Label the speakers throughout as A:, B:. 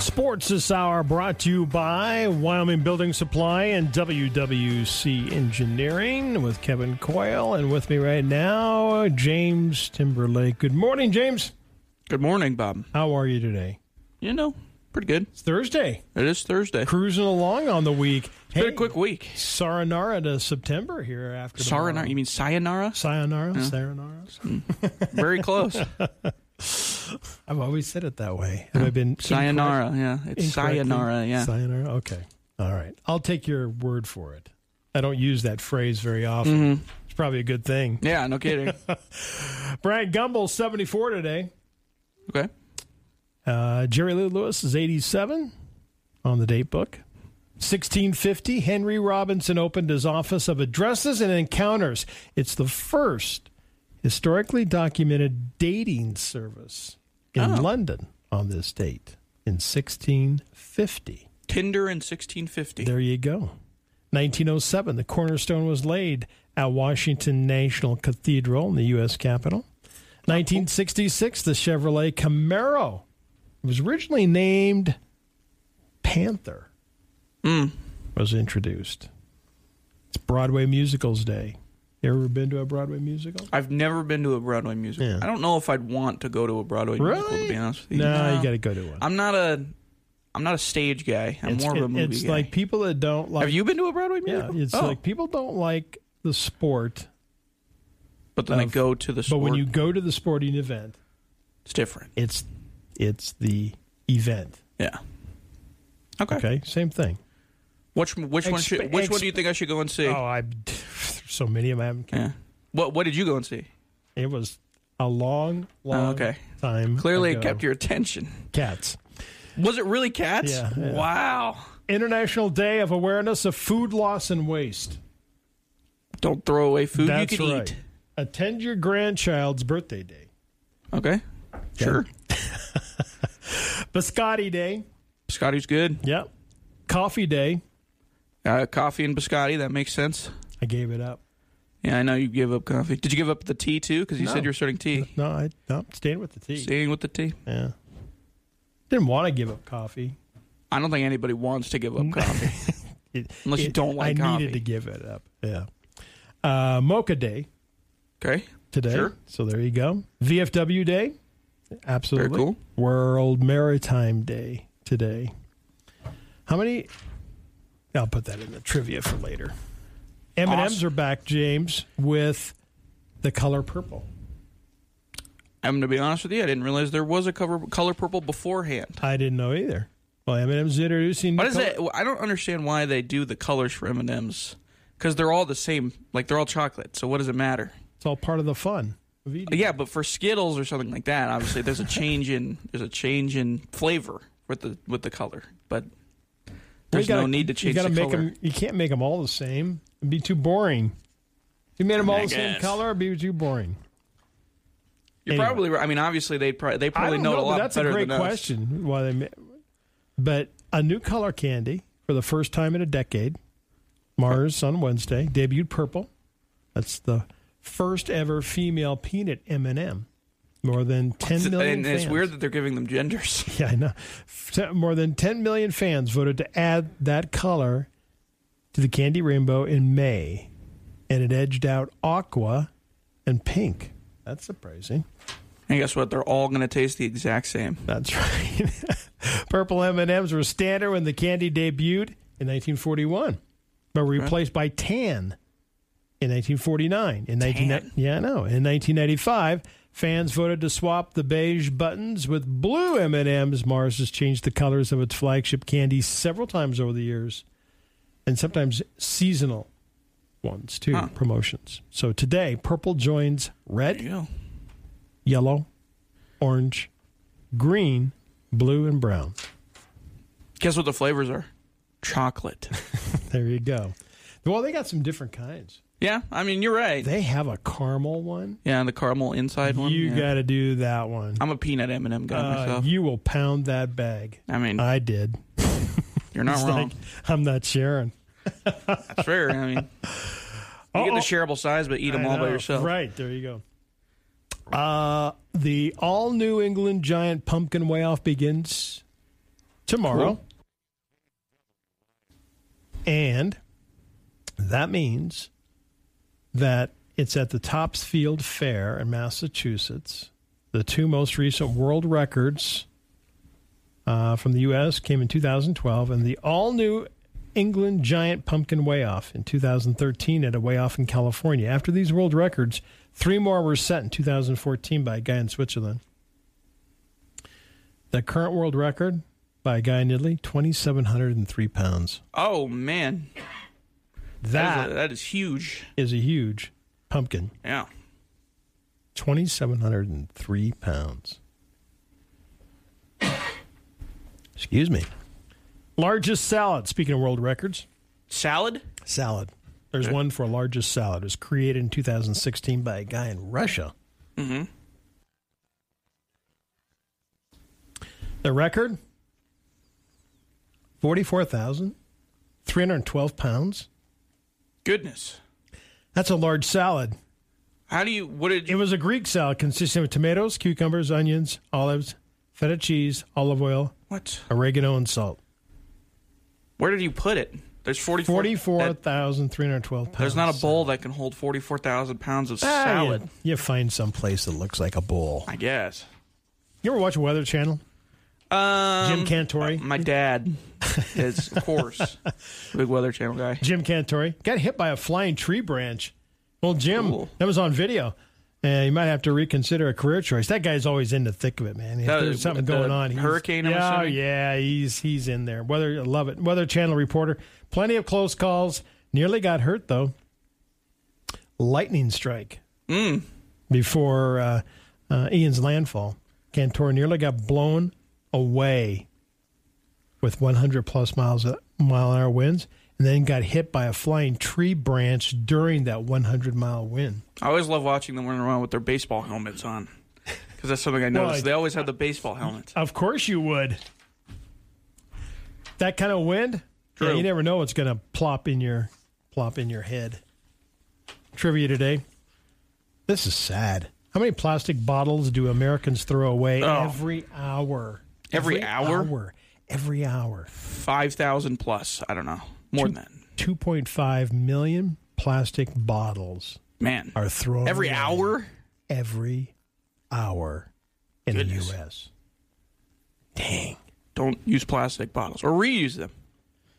A: Sports this hour brought to you by Wyoming Building Supply and WWC Engineering with Kevin Coyle. And with me right now, James Timberlake. Good morning, James.
B: Good morning, Bob.
A: How are you today?
B: You know, pretty good.
A: It's Thursday.
B: It is Thursday.
A: Cruising along on the week.
B: It's been a quick week.
A: Sayonara to September here after
B: Sayonara. You mean sayonara?
A: Sayonara, sayonara.
B: Very close.
A: I've always said it that way. Have I been
B: sayonara. Yeah, it's
A: Incorrectly?
B: sayonara. Yeah.
A: Sayonara. Okay. All right. I'll take your word for it. I don't use that phrase very often.
B: Mm-hmm.
A: It's probably a good thing.
B: yeah. No kidding.
A: Brian Gumbel's 74 today.
B: Okay.
A: Uh, Jerry Lee Lewis is 87 on the date book. 1650, Henry Robinson opened his office of addresses and encounters. It's the first historically documented dating service in
B: Oh.
A: London on this date in 1650.
B: Tinder in 1650.
A: There you go. 1907, the cornerstone was laid at Washington National Cathedral in the U.S. Capitol. 1966, the Chevrolet Camaro it was originally named Panther,
B: Hmm.
A: was introduced. It's Broadway Musicals Day. You ever been to a Broadway musical?
B: I've never been to a Broadway musical.
A: Yeah.
B: I don't know if I'd want to go to a Broadway musical. To
A: Really?
B: be honest with you.
A: No, you got to go to one.
B: I'm not a. I'm not a stage guy. I'm
A: it's
B: more of a
A: it-
B: movie
A: it's
B: guy.
A: like people that don't like.
B: Have you been to a Broadway
A: yeah,
B: musical?
A: it's
B: Oh.
A: like people don't like the sport,
B: But then I
A: of-
B: go to the.
A: but when
B: sport,
A: you go to the sporting event,
B: it's different.
A: it's it's the event.
B: Yeah. Okay.
A: Okay, same thing.
B: Which which one
A: Exp-
B: should, which
A: exp-
B: one do you think I should go and see?
A: Oh, I so many of them. I haven't-
B: Yeah. What what did you go and see?
A: It was a long, long
B: Oh, okay.
A: time.
B: Clearly,
A: ago.
B: it kept your attention.
A: cats.
B: Was it really cats?
A: Yeah, yeah.
B: Wow.
A: International Day of Awareness of Food Loss and Waste.
B: Don't throw away food
A: That's
B: you can
A: right.
B: eat.
A: Attend your grandchild's birthday day.
B: Okay. Sure.
A: Biscotti Day.
B: Biscotti's good.
A: Yep. Coffee Day.
B: Uh, coffee and biscotti. That makes sense.
A: I gave it up.
B: Yeah, I know you give up coffee. Did you give up the tea too? Because you
A: No.
B: said you were starting tea.
A: No, I no, I'm staying with the tea.
B: Staying with the tea.
A: Yeah. Didn't want to give up coffee.
B: I don't think anybody wants to give up coffee.
A: It-
B: Unless you
A: it-
B: don't like
A: I
B: coffee.
A: needed to give it up. Yeah. Uh, Mocha Day.
B: Okay.
A: today.
B: Sure.
A: So there you go. VFW Day. Absolutely.
B: Very cool.
A: World Maritime Day today. How many? I'll put that in the trivia for later. M and M's
B: Awesome.
A: are back, James, with the color purple.
B: I'm gonna be honest with you. I didn't realize there was a cover, color purple beforehand.
A: I didn't know either. Well, M and M's introducing.
B: Why
A: the
B: does
A: color-
B: that? I don't understand why they do the colors for M and M's because they're all the same. Like they're all chocolate. So what does it matter?
A: It's all part of the fun. of eating.
B: Yeah, but for Skittles or something like that, obviously there's a change in there's a change in flavor with the with the color, but there's
A: You gotta-
B: no need to change
A: you
B: the
A: gotta make
B: color.
A: 'em- you can't make them all the same. It'd be too boring. If you made them all
B: I
A: the same
B: guess.
A: color, it'd be too boring.
B: You're
A: anyway.
B: probably right. I mean, obviously they probably they probably
A: I don't
B: know, it a
A: but
B: lot
A: that's
B: better
A: a great
B: than
A: question. Why they? ma- But a new color candy for the first time in a decade. Mars on Wednesday debuted purple. That's the first ever female peanut M and m More than
B: us.
A: ten
B: And,
A: million.
B: it's
A: fans-
B: weird that they're giving them genders.
A: Yeah, I know. F- More than ten million fans voted to add that color to the candy rainbow in May, and it edged out aqua and pink. That's surprising.
B: And guess what? They're all going to taste the exact same.
A: That's right. Purple M&Ms were standard when the candy debuted in 1941, but were replaced by tan in 1949. In 19
B: Tan?
A: yeah, I know. In 1995, fans voted to swap the beige buttons with blue M&Ms. Mars has changed the colors of its flagship candy several times over the years, and sometimes seasonal ones too.
B: Huh.
A: Promotions. So today, purple joins red
B: There you go.
A: yellow, orange, green, blue, and brown.
B: Guess what the flavors are? Chocolate.
A: There you go. Well, they got some different kinds.
B: yeah, I mean you're right.
A: They have a caramel one.
B: Yeah, and the caramel inside one.
A: You
B: yeah.
A: got to do that one.
B: I'm a peanut M and m guy
A: Uh,
B: myself.
A: you uh, will pound that bag.
B: I mean,
A: I did.
B: you're not
A: It's
B: wrong.
A: like, I'm not sharing.
B: That's fair. I mean, you get
A: Uh-oh.
B: the shareable size, but eat them
A: I
B: all by
A: know.
B: yourself.
A: Right. There you go. Uh, the all New England Giant Pumpkin Way Off begins tomorrow.
B: Cool.
A: And that means that it's at the Topsfield Fair in Massachusetts. The two most recent world records uh, from the U.S. came in 2012, and the all new England Giant Pumpkin Weigh Off in 2013 at a weigh off in California. After these world records, three more were set in 2014 by a guy in Switzerland. The current world record by a guy in Italy, 2,703 pounds.
B: Oh man, that is, a-
A: That
B: that is huge.
A: is a huge pumpkin.
B: Yeah.
A: 2,703 pounds. Excuse me. Largest salad, speaking of world records.
B: Salad?
A: Salad. There's one for largest salad. It was created in 2016 by a guy in Russia.
B: Mm-hmm.
A: The record 44,312 pounds.
B: Goodness.
A: That's a large salad.
B: How do you? What did
A: It
B: you?
A: was a Greek salad consisting of tomatoes, cucumbers, onions, olives, feta cheese, olive oil,
B: What?
A: oregano, and salt.
B: Where did you put it? There's 44. that-
A: 44,312 pounds.
B: there's not a bowl that can hold 44,000 pounds of
A: Ah,
B: salad.
A: You, you find some place that looks like a bowl.
B: I guess.
A: You ever watch Weather Channel? Jim
B: Um,
A: Cantori.
B: My dad is, of course, a big Weather Channel guy.
A: Jim Cantori got hit by a flying tree branch. Well, Jim,
B: Ooh.
A: that was on video. Uh, you might have to reconsider a career choice. That guy's always in the thick of it, man. If
B: That-
A: there's something
B: the
A: going on. he's-
B: hurricane, I'm
A: yeah,
B: assuming?
A: yeah, he's he's in there. Weather, I love it. Weather Channel reporter. Plenty of close calls. Nearly got hurt though. Lightning strike
B: Mm.
A: before uh, uh, Ian's landfall. Cantor nearly got blown away with 100 plus miles uh, mile an hour winds, and then got hit by a flying tree branch during that 100 mile wind.
B: I always love watching them running around with their baseball helmets on. Because that's something I
A: Well,
B: noticed.
A: I-
B: they always have the baseball helmet.
A: Of course you would. That kind of wind,
B: True.
A: Yeah, you never know what's going to plop in your plop in your head. Trivia today. This is sad. How many plastic bottles do Americans throw away
B: Oh.
A: every hour?
B: Every hour?
A: Every hour.
B: 5,000 plus. I don't know. More than that.
A: 2.5 million plastic bottles
B: Man.
A: are thrown
B: Every
A: away
B: hour?
A: every hour in
B: Goodness.
A: the US. Dang.
B: Don't use plastic bottles or reuse them.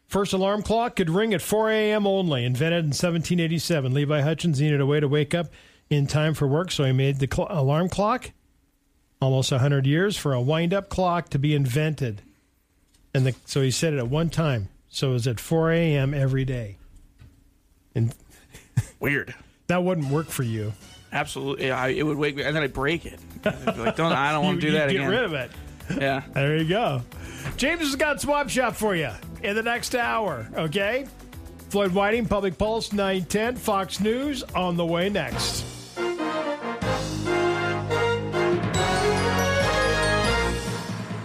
A: First alarm clock could ring at 4 a.m. only, invented in 1787. Levi Hutchins needed a way to wake up in time for work, so he made the cl- alarm clock. Almost 100 years for a wind up clock to be invented. And the, so he said it at one time. So it was at 4 a.m. every day. And
B: Weird.
A: that wouldn't work for you.
B: Absolutely. I, it would wake me and then I break it. I'd be like, don't, I don't want
A: you
B: to do
A: you'd
B: that
A: get
B: again.
A: rid of it.
B: Yeah.
A: There you go. James has got Swap Shop for you in the next hour, okay? Floyd Whiting, Public Pulse, 910, Fox News on the way next.